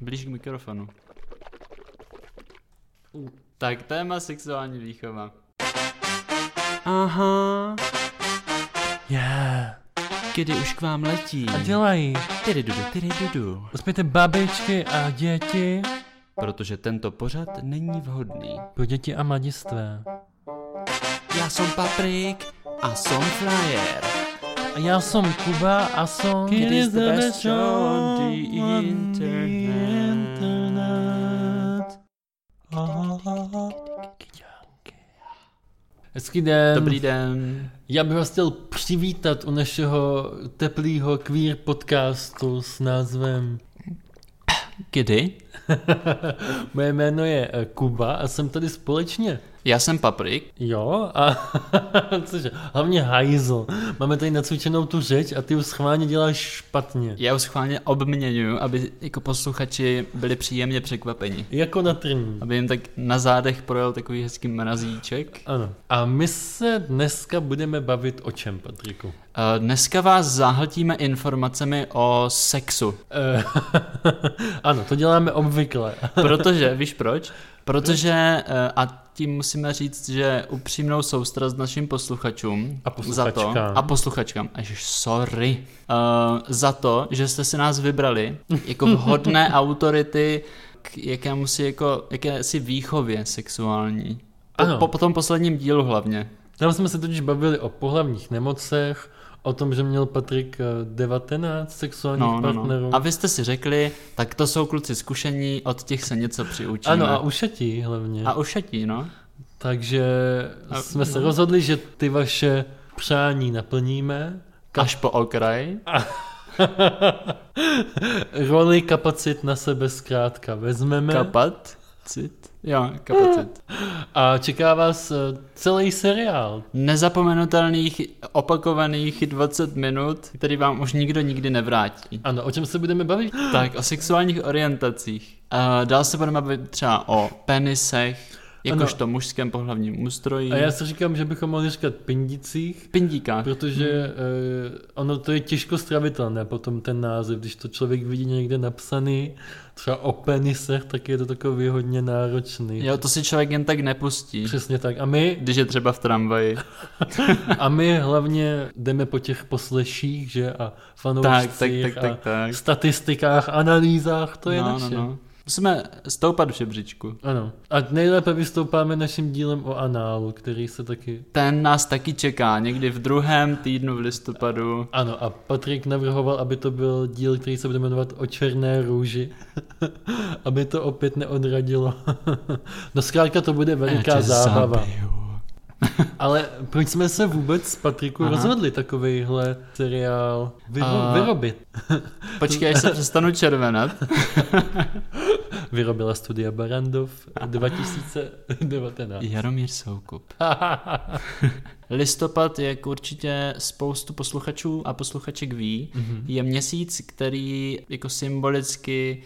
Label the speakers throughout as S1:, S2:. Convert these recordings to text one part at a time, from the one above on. S1: blíž k mikrofonu. Tak téma sexuální výchova.
S2: Aha,
S3: Yeah.
S2: kdy už k vám letí.
S3: A dělají.
S2: Tyry dudu, tyry dudu.
S3: Uspějte babičky a děti.
S1: Protože tento pořad není vhodný.
S3: Pro děti a mladistvé.
S2: Já jsem Paprik a jsem Flyer.
S3: A já jsem Kuba a jsem...
S2: It is the best show on the internet.
S3: Hezký den.
S1: Dobrý den.
S3: Já bych vás chtěl přivítat u našeho teplého queer podcastu s názvem
S1: Kdy?
S3: Moje jméno je eh, Kuba a jsem tady společně.
S1: Já jsem Paprik.
S3: Jo, a cože, hlavně hajzl. Máme tady nacvičenou tu řeč a ty už schválně děláš špatně.
S1: Já už schválně obměňuju, aby jako posluchači byli příjemně překvapeni.
S3: Jako na trní.
S1: Aby jim tak na zádech projel takový hezký mrazíček.
S3: Ano. A my se dneska budeme bavit o čem, Patriku?
S1: Eh, Dneska vás zahltíme informacemi o sexu.
S3: Eh, ano, to děláme obvykle.
S1: Protože, víš proč? Protože, eh, a tím musíme říct, že upřímnou soustrast našim posluchačům
S3: A
S1: za
S3: posluchačkám.
S1: to, a posluchačkám, až sorry, uh, za to, že jste si nás vybrali jako vhodné autority k jakému si jako, jakési výchově sexuální. Po,
S3: Ano.
S1: po, po tom posledním dílu hlavně.
S3: Tam jsme se totiž bavili o pohlavních nemocech, o tom, že měl Patrik eh, 19 sexuálních
S1: No, no,
S3: partnerů.
S1: no. A vy jste si řekli, tak to jsou kluci zkušení, od těch se něco přiučíme.
S3: Ano, a ušetí hlavně.
S1: a ušetí, no.
S3: Takže
S1: A-
S3: jsme se
S1: no.
S3: rozhodli, že ty vaše přání naplníme.
S1: Až po okraj.
S3: Roli kapacit na sebe zkrátka vezmeme.
S1: Kapat. Cit. Jo, kapacit.
S3: a čeká vás eh, celý seriál.
S1: Nezapomenutelných opakovaných 20 minut, který vám už nikdo nikdy nevrátí.
S3: Ano, o čem se budeme bavit?
S1: Tak, o sexuálních orientacích. A dál se budeme bavit třeba o penisech, jakožto mužském pohlavním ústroji.
S3: A já si říkám, že bychom mohli říkat pindicích,
S1: Pindíkách.
S3: protože
S1: Hmm.
S3: eh, ono to je těžko stravitelné potom ten název, když to člověk vidí někde napsaný, třeba o penisech, tak je to takový hodně náročný.
S1: Jo, to si člověk jen tak nepustí.
S3: Přesně tak. A my
S1: Když je třeba v tramvaji.
S3: A my hlavně jdeme po těch posleších, že a
S1: Tak, tak,
S3: fanoušcích
S1: tak,
S3: a
S1: tak, tak.
S3: statistikách, analýzách, to je
S1: no, no,
S3: naše.
S1: no. Musíme stoupat v žebříčku.
S3: Ano. A nejlépe vystoupáme naším dílem o análu, který se taky...
S1: Ten nás taky čeká někdy v druhém týdnu v listopadu.
S3: Ano, a Patrik navrhoval, aby to byl díl, který se bude jmenovat O černé růži. aby to opět neodradilo. no zkrátka to bude veliká zábava. Ale proč jsme se vůbec s Patriku
S1: Aha.
S3: rozhodli takovejhle seriál vyro-
S1: A-
S3: vyrobit?
S1: Počkej, až se přestanu červenat.
S3: Vyrobila studia Barandov 2019.
S1: Jaromír Soukup. Listopad, jak určitě spoustu posluchačů a posluchaček ví, je měsíc, který jako symbolicky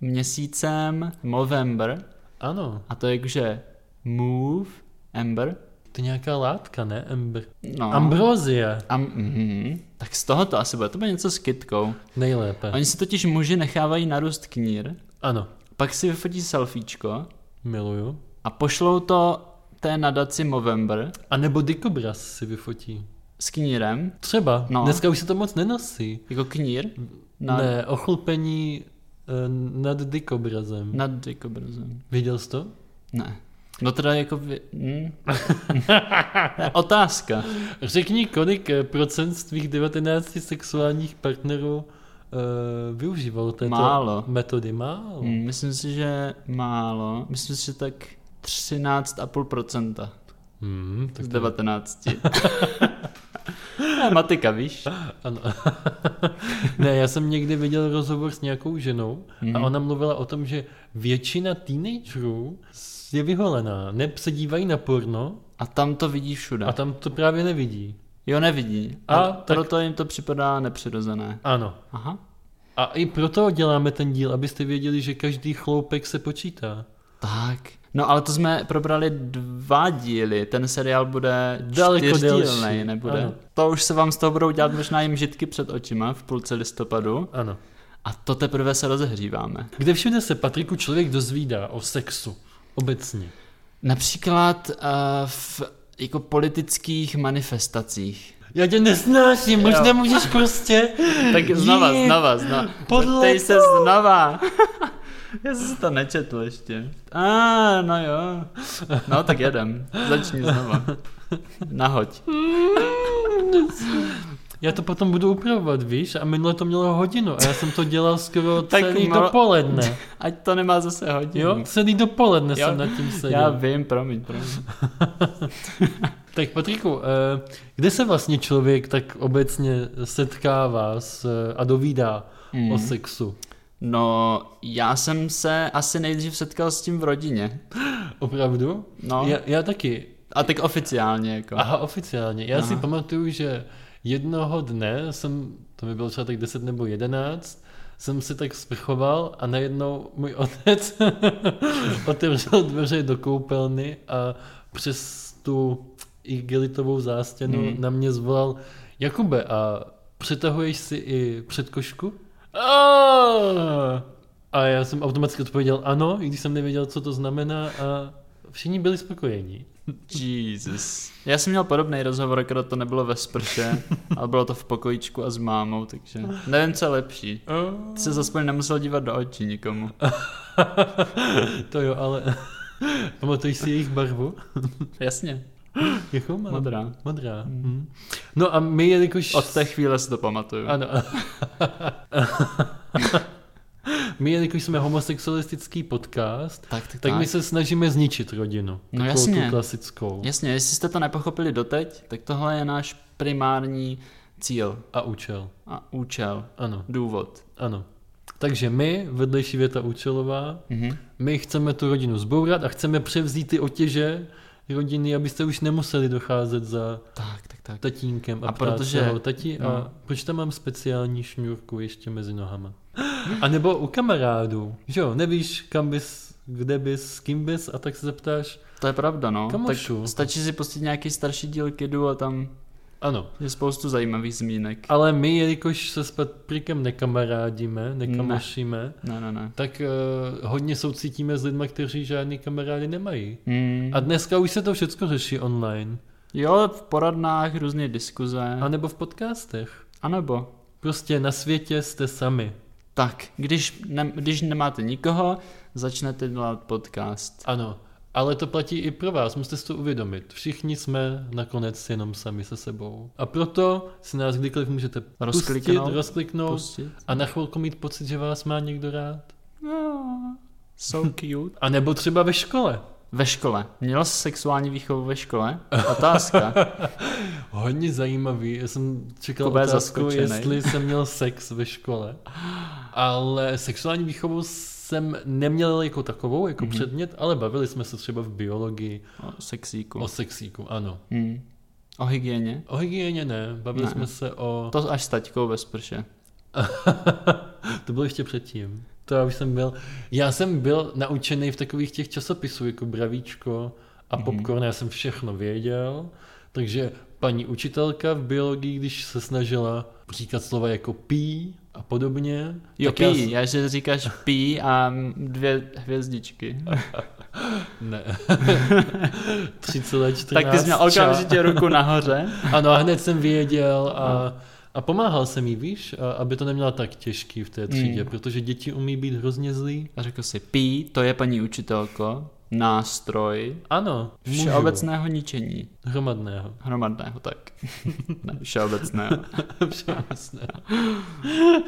S1: měsícem Movember,
S3: Ano,
S1: a to je jakože Move, Ember,
S3: to je nějaká látka, ne? Ember.
S1: no.
S3: Ambrozie,
S1: Am, mhm. Tak z toho to asi bude, to bude něco s kytkou.
S3: nejlépe.
S1: Oni si totiž muži nechávají narůst knír,
S3: Ano,
S1: pak si vyfotí selfiečko
S3: miluju.
S1: a pošlou to té nadaci Movember
S3: A nebo dikobraz si vyfotí.
S1: s knírem,
S3: Třeba,
S1: No.
S3: no. dneska už se to moc nenosí.
S1: jako knír,
S3: No.
S1: na,
S3: Ne, ochlupení eh, nad dikobrazem. No.
S1: nad jako brzem.
S3: Viděl jsi to?
S1: Ne. No teda jako vy... Hm? Otázka.
S3: Řekni, kolik eh, procent z tvých 19 sexuálních partnerů uh, využívalo této
S1: Málo.
S3: metody. Málo.
S1: Hm, Myslím si, že málo. Myslím si, že tak 13,5%
S3: Hmm, tak
S1: z
S3: to je
S1: 19. Ne, Matika, víš?
S3: Ano. ne, já jsem někdy viděl rozhovor s nějakou ženou a
S1: Hmm.
S3: ona mluvila o tom, že většina teenagerů je vyholená, nepředívají na porno
S1: A tam to vidí všude.
S3: a tam to právě nevidí.
S1: Jo, nevidí.
S3: A,
S1: A
S3: tak-
S1: proto jim to připadá nepřirozené.
S3: Ano.
S1: Aha.
S3: A i proto děláme ten díl, abyste věděli, že každý chloupek se počítá.
S1: Tak. No ale to jsme probrali dva díly, ten seriál bude
S3: Daleko
S1: čtyřdílnej,
S3: delší,
S1: nebude? Ano.
S3: ano.
S1: To už se vám z toho budou dělat možná jim žitky před očima v půlce listopadu
S3: Ano.
S1: A to teprve se rozehříváme.
S3: Kde všude se Patriku člověk dozvídá o sexu obecně?
S1: Například uh, v jako politických manifestacích.
S3: Já tě nesnáším, už nemůžeš prostě.
S1: Tak znova,
S3: Je.
S1: znova, znova.
S3: Podle
S1: Podle se znova. Já jsem si to nečetl ještě. A, ah, no jo. No tak jedem. Začni znova. Nahoď.
S3: Já to potom budu upravovat, víš? A minule to mělo hodinu a já jsem to dělal skoro
S1: Tak
S3: celý
S1: malo-
S3: dopoledne.
S1: Ať to nemá zase hodinu.
S3: Mm. Jo, celý dopoledne
S1: Jo,
S3: jsem nad tím seděl.
S1: Já vím, promiň, promiň.
S3: Tak Patriku, eh, kde se vlastně člověk tak obecně setkává s, eh, a dovídá
S1: Mm.
S3: o sexu?
S1: No, já jsem se asi nejdřív setkal s tím v rodině.
S3: Opravdu?
S1: No.
S3: Já, já taky.
S1: A tak oficiálně, jako.
S3: Aha, oficiálně. Já Aha. si
S1: Aha.
S3: pamatuju, že jednoho dne jsem, to mi bylo třeba tak 10 nebo 11, jsem se tak sprchoval a najednou můj otec otevřel dveře do koupelny a přes tu igelitovou zástěnu
S1: Hmm.
S3: na mě zvolal Jakube a přetahuješ si i předkošku? A já jsem automaticky odpověděl ano, i když jsem nevěděl, co to znamená a všichni byli spokojení.
S1: Jesus. Já jsem měl podobný rozhovor, akorát to nebylo ve sprše, ale bylo to v pokojičku a s mámou, takže nevím, co je lepší. Ty se zase nemusel dívat do očí nikomu.
S3: to jo, ale pamatuješ si jejich barvu?
S1: Jasně,
S3: Jakou má?
S1: modrá. Hmm.
S3: Modrá. Mhm. No a my jelikož...
S1: Od té chvíle si to pamatuju.
S3: Ano. my jelikož jsme homosexualistický podcast,
S1: Tak, tak,
S3: tak my se snažíme zničit rodinu.
S1: No
S3: Takovou
S1: jasně.
S3: Tu klasickou.
S1: Jasně, jestli jste to nepochopili doteď, tak tohle je náš primární cíl
S3: A účel.
S1: a účel,
S3: Ano,
S1: důvod.
S3: ano. Takže my, vedlejší věta účelová,
S1: Mhm.
S3: My chceme tu rodinu zbourat a chceme převzít ty otěže rodiny, abyste už nemuseli docházet za
S1: Tak, tak, tak.
S3: tatínkem a,
S1: A
S3: a ptát
S1: protože-
S3: protože... se ho, tati, no.
S1: no.
S3: a proč tam mám speciální šňůrku ještě mezi nohama? A nebo u kamarádů, že jo, nevíš, kam bys, kde bys, s kým bys a tak se zeptáš,
S1: To je pravda, no.
S3: Kamošu.
S1: Tak stačí si pustit nějaký starší díl Kidu a tam
S3: ano.
S1: je spoustu zajímavých zmínek.
S3: Ale my, jelikož se s Patrikem nekamarádíme, nekamošíme, ne.
S1: Ne, ne, ne.
S3: tak uh, hodně soucítíme s lidmi, kteří žádný kamarády nemají.
S1: Mm.
S3: A dneska už se to všechno řeší online.
S1: Jo, v poradnách, různé diskuze.
S3: A nebo v podcastech.
S1: A nebo?
S3: Prostě na světě jste sami.
S1: Tak, když, ne, když nemáte nikoho, začnete dělat podcast.
S3: Ano, ale to platí i pro vás, musíte si to uvědomit. Všichni jsme nakonec jenom sami se sebou. A proto si nás kdykoliv můžete pustit,
S1: Rozkliknout.
S3: rozkliknout, rozkliknout
S1: Pustit.
S3: a na chvilku mít pocit, že vás má někdo rád.
S1: No, so cute.
S3: A nebo třeba ve škole.
S1: Ve škole. Měl jsi sexuální výchovu ve škole? Otázka.
S3: Hodně zajímavý. Já jsem čekal
S1: Kuba je
S3: otázku,
S1: zaskočený.
S3: jestli jsem měl sex ve škole. Ale sexuální výchovu jsem neměl jako takovou, jako
S1: Mhm.
S3: mm-hmm. předmět, ale bavili jsme se třeba v biologii
S1: O sexíku.
S3: o sexíku, ano.
S1: Hmm. O hygieně.
S3: O hygieně ne, bavili
S1: Ne.
S3: ne. jsme se o...
S1: To až s taťkou ve sprše.
S3: to bylo ještě předtím. To já už jsem byl... Já jsem byl naučený v takových těch časopisů, jako Bravíčko a
S1: Mhm.
S3: Popcorn, já jsem všechno věděl, takže paní učitelka v biologii, když se snažila říkat slova jako pí a podobně,
S1: Jo,
S3: tak já
S1: pí. Já, že říkáš pí a dvě hvězdičky.
S3: Ne. 3,14
S1: Tak ty jsi měl
S3: ča.
S1: okamžitě ruku nahoře.
S3: Ano, a hned jsem věděl a, a pomáhal jsem jí, víš, a, aby to neměla tak těžký v té třídě, mm. protože děti umí být hrozně zlý.
S1: A řekl si, pí, to je paní učitelko, nástroj
S3: Ano, můžu.
S1: všeobecného ničení.
S3: Hromadného.
S1: Hromadného, tak. ne, všeobecného.
S3: Všeobecného.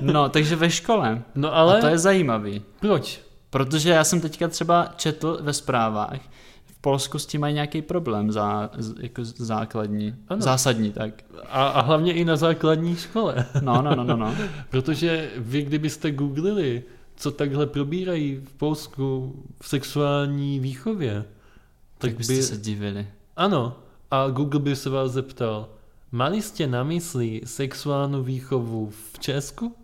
S1: No, takže ve škole.
S3: No
S1: Ale...
S3: ale
S1: A to je zajímavý.
S3: proč?
S1: Protože já jsem teďka třeba četl ve zprávách, v Polsku s tím mají nějaký problém, zá, z- jako základní, ano.
S3: Ano.
S1: zásadní, tak.
S3: A, a hlavně i na základní škole.
S1: No, no, no, no, no.
S3: Protože vy, kdybyste googlili, co takhle probírají v Polsku v sexuální výchově,
S1: tak,
S3: tak
S1: tak byste
S3: by...
S1: se divili.
S3: Ano, a Google by se vás zeptal, mali jste na mysli sexuální výchovu v Česku?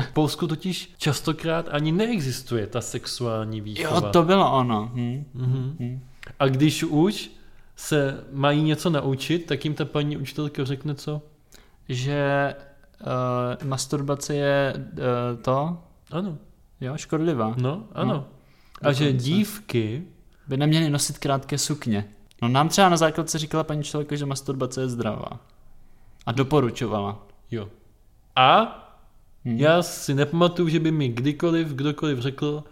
S3: V Polsku totiž častokrát ani neexistuje ta sexuální výchova.
S1: Jo, to bylo ono. Hm?
S3: Mhm. A když už se mají něco naučit, tak jim ta paní učitelka řekne co?
S1: Že uh, masturbace je uh, to,
S3: Ano,
S1: jo, škodlivá.
S3: no, ano.
S1: No.
S3: A že
S1: Dokonce.
S3: dívky,
S1: By neměly nosit krátké sukně. No nám třeba na základce říkala paní člověka, že masturbace je zdravá. A doporučovala.
S3: jo. A
S1: Hm.
S3: já si nepamatuju, že by mi kdykoliv, kdokoliv řekl,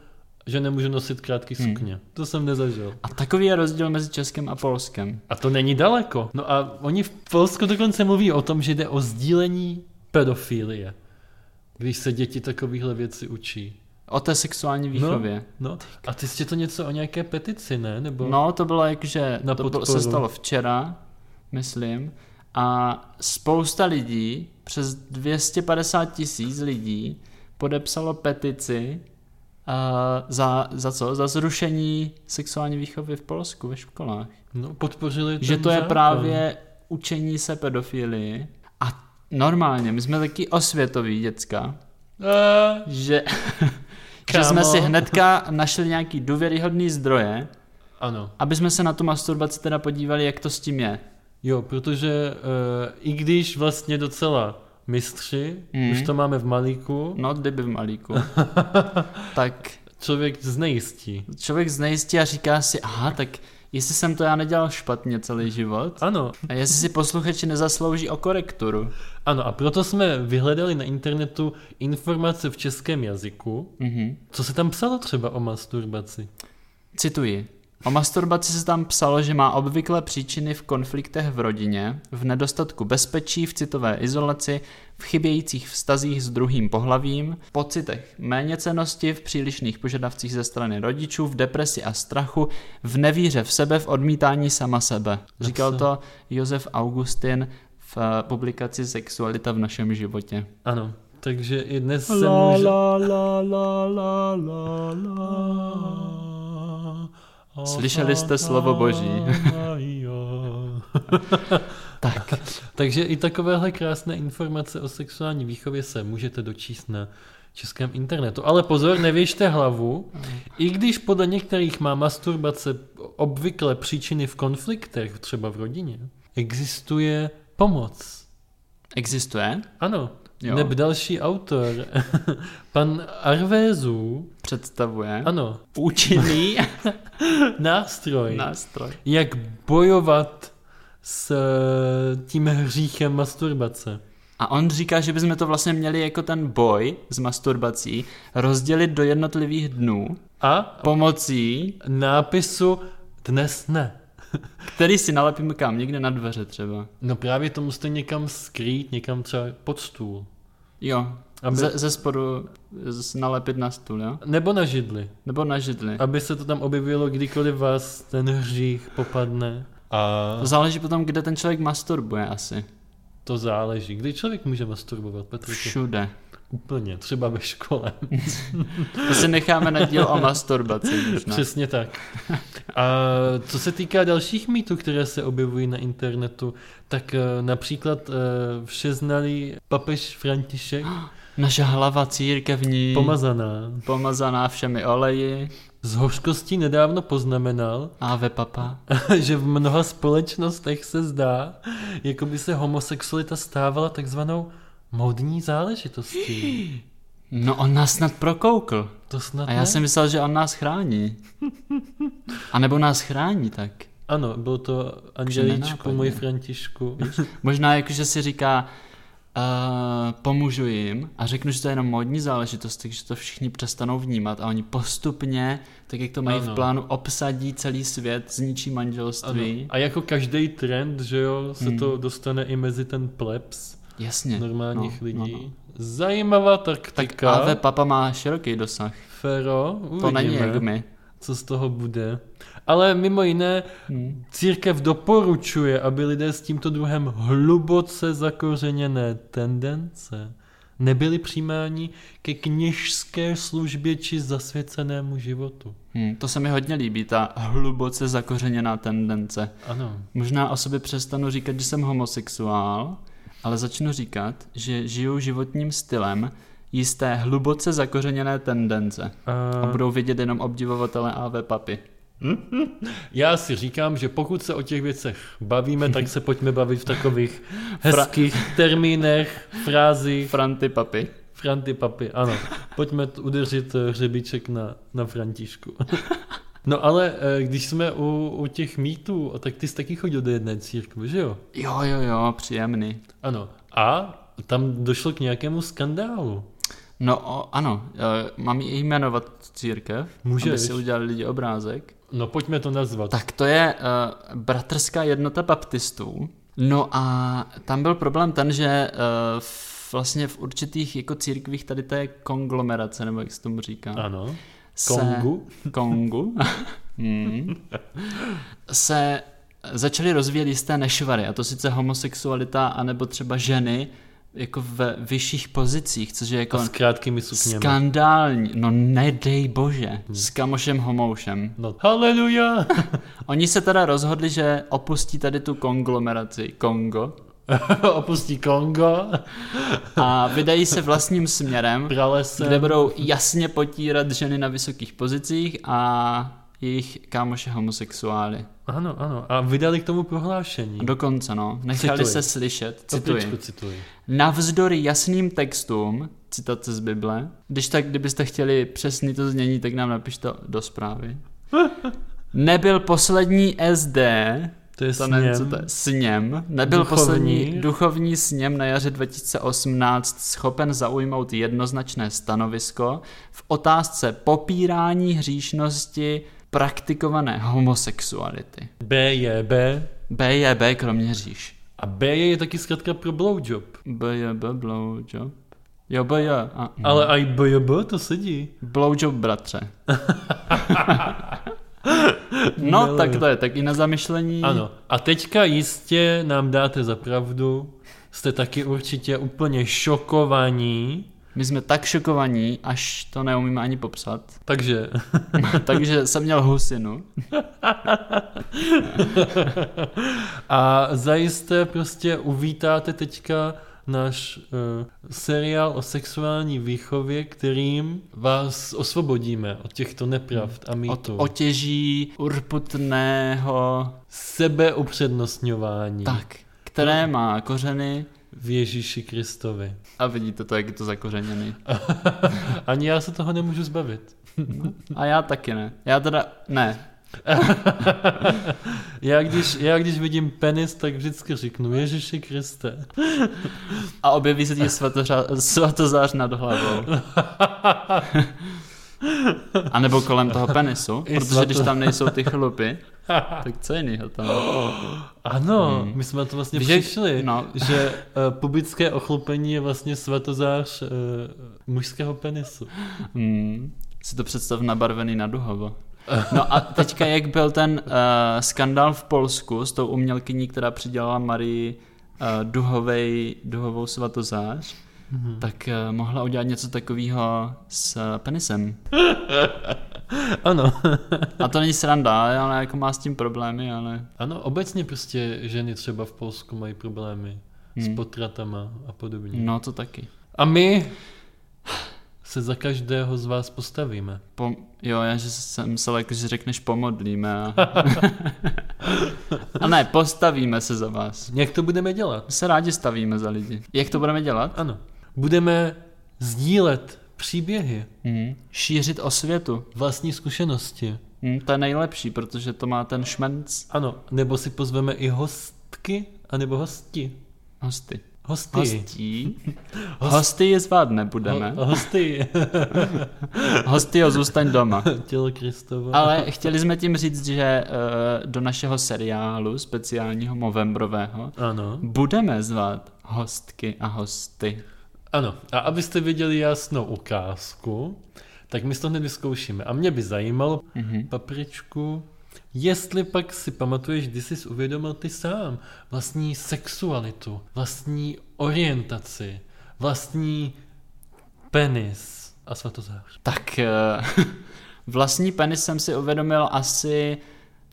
S3: že nemůžu nosit krátký
S1: Hmm.
S3: sukně. To jsem nezažil.
S1: A takový je rozdíl mezi Českem a Polskem.
S3: A to není daleko. No a oni v Polsku dokonce mluví o tom, že jde o sdílení pedofilie. Když se děti takovéhle věci učí.
S1: O té sexuální výchově.
S3: No, a ty jste to něco o nějaké petici, ne? Nebo...
S1: No, no to bylo jakože,
S3: Na
S1: to bylo, se
S3: podporu.
S1: stalo včera, myslím, a spousta lidí, přes 250 tisíc lidí, podepsalo petici uh, za, za co? Za zrušení sexuální výchovy v Polsku ve školách.
S3: no podpořili ten
S1: že to je
S3: zákon.
S1: právě učení se pedofilii. A normálně, my jsme taky osvětoví děcka,
S3: Eh,
S1: že, že
S3: Kámo.
S1: jsme si hnedka našli nějaký důvěryhodný zdroje,
S3: Ano.
S1: aby jsme se na tu masturbaci teda podívali, jak to s tím je.
S3: Jo, protože uh, i když vlastně docela mistři,
S1: Mm.
S3: mm. už to máme v malíku,
S1: No, kdyby v malíku. tak
S3: člověk znejistí.
S1: člověk znejistí a říká si, aha, tak jestli jsem to já nedělal špatně celý život,
S3: Ano,
S1: a jestli si posluchači nezaslouží o korekturu.
S3: ano, a proto jsme vyhledali na internetu informace v českém jazyku,
S1: Mhm.
S3: co se tam psalo třeba o masturbaci.
S1: Cituji. O masturbaci se tam psalo, že má obvykle příčiny v konfliktech v rodině, v nedostatku bezpečí, v citové izolaci, v chybějících vztazích s druhým pohlavím, v pocitech méněcenosti, v přílišných požadavcích ze strany rodičů, v depresi a strachu, v nevíře v sebe, v odmítání sama sebe. Říkal to Josef Augustin v eh, publikaci Sexualita v našem životě.
S3: Ano, takže i dnes se může...
S1: la, la, la, la, Slyšeli jste slovo Boží. Tak.
S3: Takže i takovéhle krásné informace o sexuální výchově se můžete dočíst na českém internetu. Ale pozor, nevěžte hlavu. I když podle některých má masturbace obvykle příčiny v konfliktech, třeba v rodině, existuje pomoc.
S1: Existuje?
S3: Ano,
S1: Jo.
S3: jo. neb další autor, pan Arvézů,
S1: Představuje
S3: ano,
S1: účinný
S3: nástroj,
S1: nástroj.
S3: jak bojovat s eh, tím hříchem masturbace.
S1: A on říká, že bychom to vlastně měli jako ten boj s masturbací rozdělit do jednotlivých dnů
S3: A
S1: pomocí,
S3: nápisu dnes ne.
S1: který si nalepíme kam, někde na dveře třeba.
S3: No právě to musíte někam skrýt, někam třeba pod stůl.
S1: Jo,
S3: Aby-
S1: ze, ze spodu z, nalepit na stůl, jo?
S3: Nebo na židli,
S1: Nebo na židli.
S3: aby se to tam objevilo, kdykoliv vás ten hřích popadne. A
S1: To záleží potom, kde ten člověk masturbuje asi.
S3: to záleží. Kdy člověk může masturbovat, Patriku?
S1: Všude.
S3: Úplně, třeba ve škole.
S1: To si necháme na díl o masturbaci. možná.
S3: Přesně tak. A co se týká dalších mýtů, které se objevují na internetu, tak eh, například eh, všeznalý papež František,
S1: Naše hlava církevní,
S3: pomazaná,
S1: pomazaná všemi oleji,
S3: z hořkostí nedávno poznamenal,
S1: ave papa.
S3: že v mnoha společnostech se zdá, jako by se homosexualita stávala takzvanou modní záležitostí.
S1: No on nás snad prokoukl.
S3: To snad
S1: A já
S3: ne?
S1: jsem myslel, že on nás chrání. A nebo nás chrání, tak.
S3: Ano, bylo to Andělíčku,
S1: nenápadně.
S3: můj Františku.
S1: Možná jako, že si říká, uh, pomůžu jim a řeknu, že to je jenom módní záležitost, takže to všichni přestanou vnímat a oni postupně, tak jak to mají ano.
S3: Ano.
S1: v plánu, obsadí celý svět, zničí manželství. Ano.
S3: A jako každý trend, že jo, se to
S1: Hmm.
S3: dostane i mezi ten plebs.
S1: Jasně.
S3: normálních no, lidí.
S1: No, no.
S3: Zajímavá
S1: Tak
S3: taktika.
S1: Ave Papa má široký dosah.
S3: Fero,
S1: To není
S3: uvidíme,
S1: jak my.
S3: co z toho bude. Ale mimo jiné,
S1: Hmm.
S3: církev doporučuje, aby lidé s tímto druhem hluboce zakořeněné tendence nebyli přijímáni ke kněžské službě či zasvěcenému životu.
S1: Hmm. To se mi hodně líbí, ta hluboce zakořeněná tendence.
S3: Ano.
S1: Možná o sobě přestanu říkat, že jsem homosexuál, ale začnu říkat, že žiju životním stylem jisté hluboce zakořeněné tendence. A
S3: A
S1: budou vidět jenom obdivovatele AV papy.
S3: Já si říkám, že pokud se o těch věcech bavíme, tak se pojďme bavit v takových hezkých termínech, frázích,
S1: Franty papy.
S3: Franty papy, ano. Pojďme t- udeřit eh, hřebíček na, na Františku. No ale eh, když jsme u, u těch mýtů, tak ty jsi taky chodil do jedné církve, že jo?
S1: Jo, jo, jo, příjemný.
S3: Ano. A tam došlo k nějakému skandálu.
S1: No o, ano, e, mám jí jmenovat církev, aby
S3: Můžeš.
S1: si udělali lidi obrázek.
S3: No pojďme to nazvat.
S1: Tak to je uh, bratrská jednota baptistů. No a tam byl problém ten, že uh, vlastně v určitých jako církvích tady té konglomerace, nebo jak se tomu říká.
S3: Ano.
S1: se-
S3: Kongu.
S1: Kongu. hmm. Se začaly rozvíjet jisté nešvary, a to sice homosexualita, anebo třeba ženy jako ve vyšších pozicích, což je jako
S3: A No, s krátkými sukněmi.
S1: skandální, no nedej bože,
S3: Hmm.
S1: s kamošem homoušem.
S3: No, haleluja!
S1: Oni se teda rozhodli, že opustí tady tu konglomeraci Kongo
S3: Opustí Kongo,
S1: a vydají se vlastním směrem,
S3: pralesem.
S1: kde budou jasně potírat ženy na vysokých pozicích a jejich kámoše homosexuály.
S3: Ano, ano. A vydali k tomu prohlášení.
S1: A Dokonce, no. Nechali
S3: Cituji.
S1: se slyšet,
S3: Kapličku
S1: cituji.
S3: cituji.
S1: Navzdory jasným textům, citace z Bible, když tak, kdybyste chtěli přesný to znění, tak nám napište do zprávy. Nebyl poslední SD,
S3: To je
S1: to
S3: sněm.
S1: nevím, co to je, sněm, nebyl
S3: Duchovní.
S1: poslední duchovní sněm na jaře 2018 schopen zaujmout jednoznačné stanovisko v otázce popírání hříšnosti praktikované homosexuality.
S3: B je B.
S1: B je B kromě hříš.
S3: A B je taky zkrátka pro blowjob.
S1: BJB blowjob. Jo, BJ. A, Mm.
S3: Mm. Ale i B je B, to sedí.
S1: blowjob, bratře. no,
S3: Miluju.
S1: tak to je taky na zamyšlení.
S3: Ano. A teďka jistě nám dáte za pravdu. Jste taky určitě úplně šokovaní.
S1: My jsme tak šokovaní, až to neumíme ani popsat.
S3: Takže
S1: Takže jsem měl husinu.
S3: a zajisté prostě uvítáte teďka náš uh, seriál o sexuální výchově, kterým vás osvobodíme od těchto nepravd a
S1: Od
S3: mýtů.
S1: otěží urputného,
S3: sebeupřednostňování
S1: tak, které má kořeny.
S3: v Ježíši Kristovi.
S1: A vidíte to, jak je to zakořeněný.
S3: Ani já se toho nemůžu zbavit.
S1: A já taky ne. Já teda, ne.
S3: Já když, já když vidím penis, tak vždycky řeknu Ježíši Kriste.
S1: A objeví se ti svatořa- svatozář nad hlavou. A nebo kolem toho penisu,
S3: I
S1: protože
S3: svato-
S1: když tam nejsou ty chlupy, tak co jiného tam?
S3: Ano, my jsme na to vlastně
S1: Víš, jak-
S3: přišli,
S1: no.
S3: že uh, pubické ochlupení je vlastně svatozář uh, mužského penisu.
S1: Hmm. Si to představ nabarvený na duhovo. No a teďka jak byl ten uh, skandál v Polsku s tou umělkyní, která přidělala Marii uh, duhovej, duhovou svatozář, tak uh, mohla udělat něco takového s eh, penisem.
S3: Ano.
S1: A to není sranda, ale jako má s tím problémy, ale...
S3: Ano, obecně prostě ženy třeba v Polsku mají problémy s potratama a podobně.
S1: No to taky.
S3: A my se za každého z vás postavíme.
S1: Po, jo, já že jsem myslel, jako, že řekneš pomodlíme. A... a ne, postavíme se za vás.
S3: Jak to budeme dělat?
S1: My se rádi stavíme za lidi. Jak to budeme dělat?
S3: Ano. Budeme sdílet příběhy,
S1: Hmm. Šířit o světu.
S3: vlastní zkušenosti.
S1: Hmm, to je nejlepší, protože to má ten šmenc
S3: Ano, nebo si pozveme i hostky, anebo hosti.
S1: hosty.
S3: Hosty.
S1: Hostí. Hosty je zvát nebudeme.
S3: Ho- hosty.
S1: Hosty ho zůstaň doma.
S3: Tělo Kristova.
S1: Ale chtěli jsme tím říct, že eh, do našeho seriálu speciálního novembrového
S3: Ano.
S1: budeme zvát hostky a hosty.
S3: Ano. A abyste viděli jasnou ukázku, tak my si to hned vyzkoušíme. A mě by zajímalo,
S1: Mhm.
S3: papričku, jestli pak si pamatuješ, kdy jsi si uvědomil ty sám vlastní sexualitu, vlastní orientaci, vlastní penis a svatozář.
S1: Tak eh, vlastní penis jsem si uvědomil asi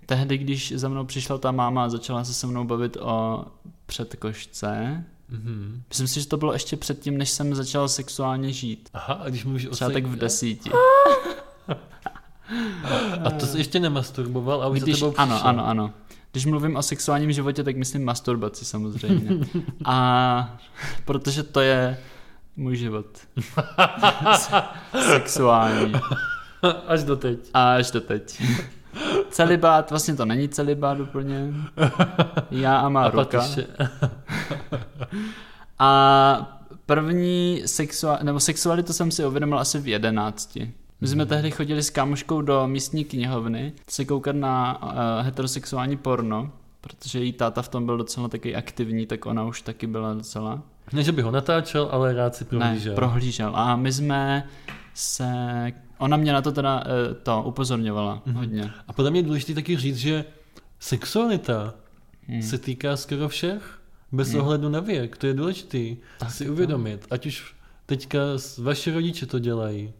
S1: tehdy, když za mnou přišla ta máma a začala se se mnou bavit o předkošce.
S3: Mhm.
S1: Myslím si, že to bylo ještě předtím, než jsem začal sexuálně žít.
S3: Aha, a když mluvíš o
S1: Třeba
S3: sex-
S1: tak v desíti.
S3: A to jsi ještě nemasturboval a už
S1: Eh, Když,
S3: za tebou přišel.
S1: ano, ano, ano. Když mluvím o sexuálním životě, tak myslím masturbaci samozřejmě. A protože to je můj život. Sexuální.
S3: Až doteď.
S1: A až do teď. Celibát, vlastně to není celibát úplně. Já a má
S3: A
S1: ruka.
S3: patiše.
S1: A první sexua- nebo sexualitu jsem si uvědomil asi v jedenácti. My
S3: Mhm.
S1: jsme tehdy chodili s kámoškou do místní knihovny se koukat na uh, heterosexuální porno, protože její táta v tom byl docela taky aktivní, tak ona už taky byla docela.
S3: Ne, že by ho natáčel, ale rád si prohlížel.
S1: Ne, prohlížel. A my jsme se... Ona mě na to teda uh, to upozorňovala
S3: Mhm.
S1: hodně.
S3: A podle mě je důležité taky říct, že sexualita
S1: Hmm.
S3: se týká skoro všech, bez ohledu na věk. To je důležité si uvědomit. Ať už teďka s- vaši rodiče to dělají,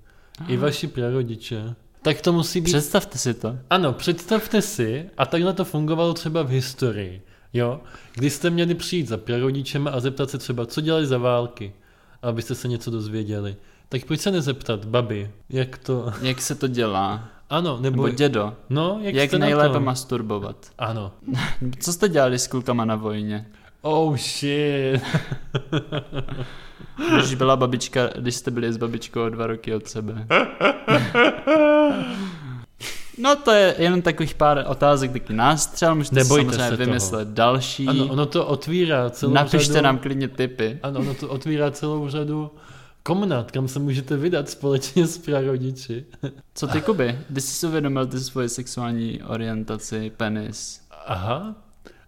S3: i vaši prarodiče. Tak to musí být
S1: Představte si to.
S3: Ano, představte si, a takhle to fungovalo třeba v historii, jo? Když jste měli přijít za prarodičem a zeptat se třeba, co dělali za války, abyste se něco dozvěděli. Tak proč se nezeptat, babi, jak to...
S1: Jak se to dělá?
S3: Ano, nebo...
S1: Nebo dědo.
S3: No, jak,
S1: Jak
S3: jste na
S1: nejlépe
S3: tom?
S1: masturbovat?
S3: Ano.
S1: Co jste dělali s klukama na vojně?
S3: Oh shit.
S1: Když byla babička, když jste byli s babičkou o dva roky od sebe. No to je jenom takových pár otázek, taky nástřel, můžete si
S3: Nebojte se
S1: samozřejmě
S3: toho.
S1: vymyslet další.
S3: Ano, ono to otvírá celou
S1: Napište
S3: řadu...
S1: nám klidně tipy.
S3: Ano, ono to otvírá celou řadu komnat, kam se můžete vydat společně s prarodiči.
S1: Co ty, Kuby? Kdy jsi si uvědomil ty svoje sexuální orientaci, penis?
S3: Aha.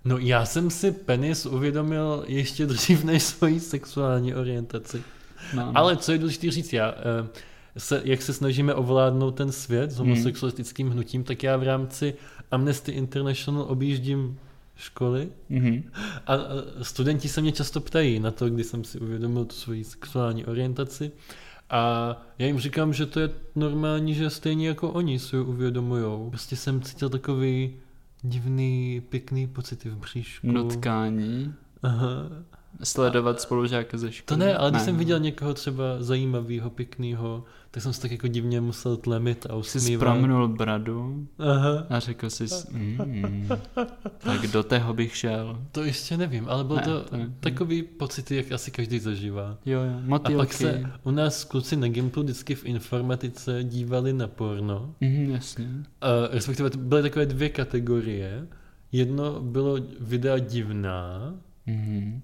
S3: No já jsem si penis uvědomil ještě dřív než svoji sexuální orientaci.
S1: No.
S3: Ale co je důležité říct, já eh, se, jak se snažíme ovládnout ten svět s homosexualistickým hnutím, tak já v rámci Amnesty International objíždím školy
S1: Mhm.
S3: a eh, studenti se mě často ptají na to, kdy jsem si uvědomil tu svoji sexuální orientaci a já jim říkám, že to je normální, že stejně jako oni si ji uvědomujou. Prostě jsem cítil takový divný, pěkný pocity v bříšku.
S1: Nutkání.
S3: Aha.
S1: Sledovat spolužáka ze
S3: To
S1: školy.
S3: ne, ale když jsem viděl někoho třeba zajímavého, pěkného, tak jsem se tak jako divně musel tlemit a
S1: Jsi
S3: usmívat.
S1: spromnul bradu
S3: Aha.
S1: a řekl jsi, mm, tak do tého bych šel.
S3: To ještě nevím, ale byl
S1: Ne,
S3: to,
S1: to ne.
S3: takový pocit, jak asi každý zažívá.
S1: Jo, jo,
S3: A
S1: motýlky.
S3: pak se u nás kluci na Gimplu vždycky v informatice dívali na porno.
S1: Mhm, jasně.
S3: Uh, respektive to byly takové dvě kategorie. Jedno bylo videa divná,
S1: Mhm.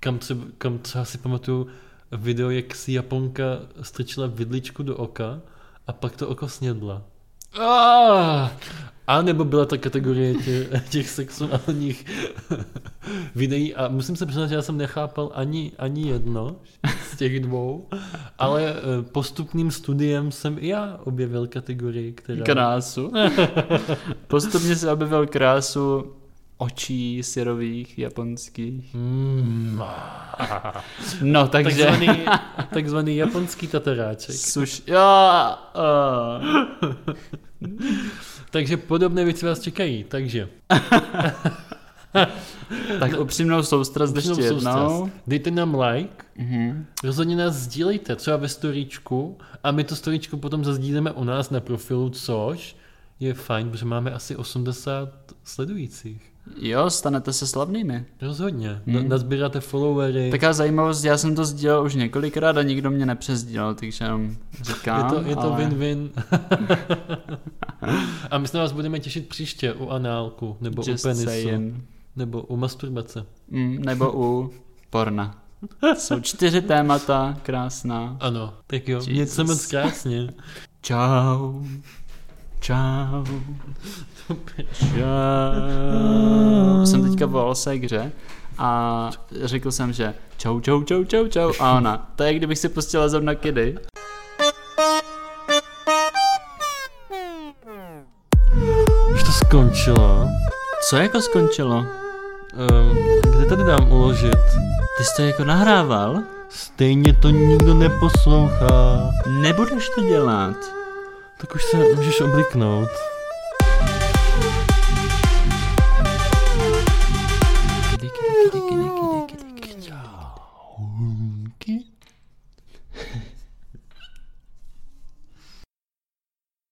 S3: kam třeba, kam třeba si pamatuju video, jak si Japonka strčila vidličku do oka a pak to oko snědla. Ah! A nebo byla ta kategorie těch, těch sexuálních videí a musím se přiznat, že já jsem nechápal ani, ani jedno z těch dvou, ale eh, postupným studiem jsem i já objevil kategorii, která...
S1: Krásu. Postupně se objevil krásu očí syrových, japonských.
S3: Mm,
S1: No, takže...
S3: takzvaný, takzvaný japonský tataráček.
S1: Suš... Jo, uh,
S3: Takže podobné věci vás čekají, takže
S1: tak upřímnou soustrast ještě
S3: No. Upřímnou
S1: jednou.
S3: soustrast. Dejte nám like,
S1: Mhm.
S3: rozhodně nás sdílejte, třeba ve storíčku a my to storíčko potom zazdílíme u nás na profilu, což je fajn, protože máme asi 80 sledujících.
S1: Jo, stanete se slavnými.
S3: Rozhodně. Hmm. Nazbíráte followery.
S1: Taká zajímavost, já jsem to sdílel už několikrát a nikdo mě nepřezdílel, takže jenom
S3: je
S1: říkám.
S3: to, je to
S1: ale...
S3: win-win. a my se na vás budeme těšit příště u análku, nebo
S1: Just
S3: u penisu,
S1: saying.
S3: nebo u masturbace.
S1: Mm, nebo u porna. Jsou čtyři témata, krásná.
S3: Ano, tak jo,
S1: Jesus.
S3: něco moc krásně.
S1: Čau. Čau. Čau. Jsem teďka volal se hře a řekl jsem, že čau, čau, čau, čau, čau. A ona, to je kdybych si prostě pustila zrovna kedy.
S3: Už to skončilo.
S1: Co jako skončilo?
S3: Ehm, kde tady dám uložit?
S1: Ty jsi to jako nahrával?
S3: Stejně to nikdo neposlouchá.
S1: Nebudeš to dělat.
S3: Tak už se můžeš obliknout.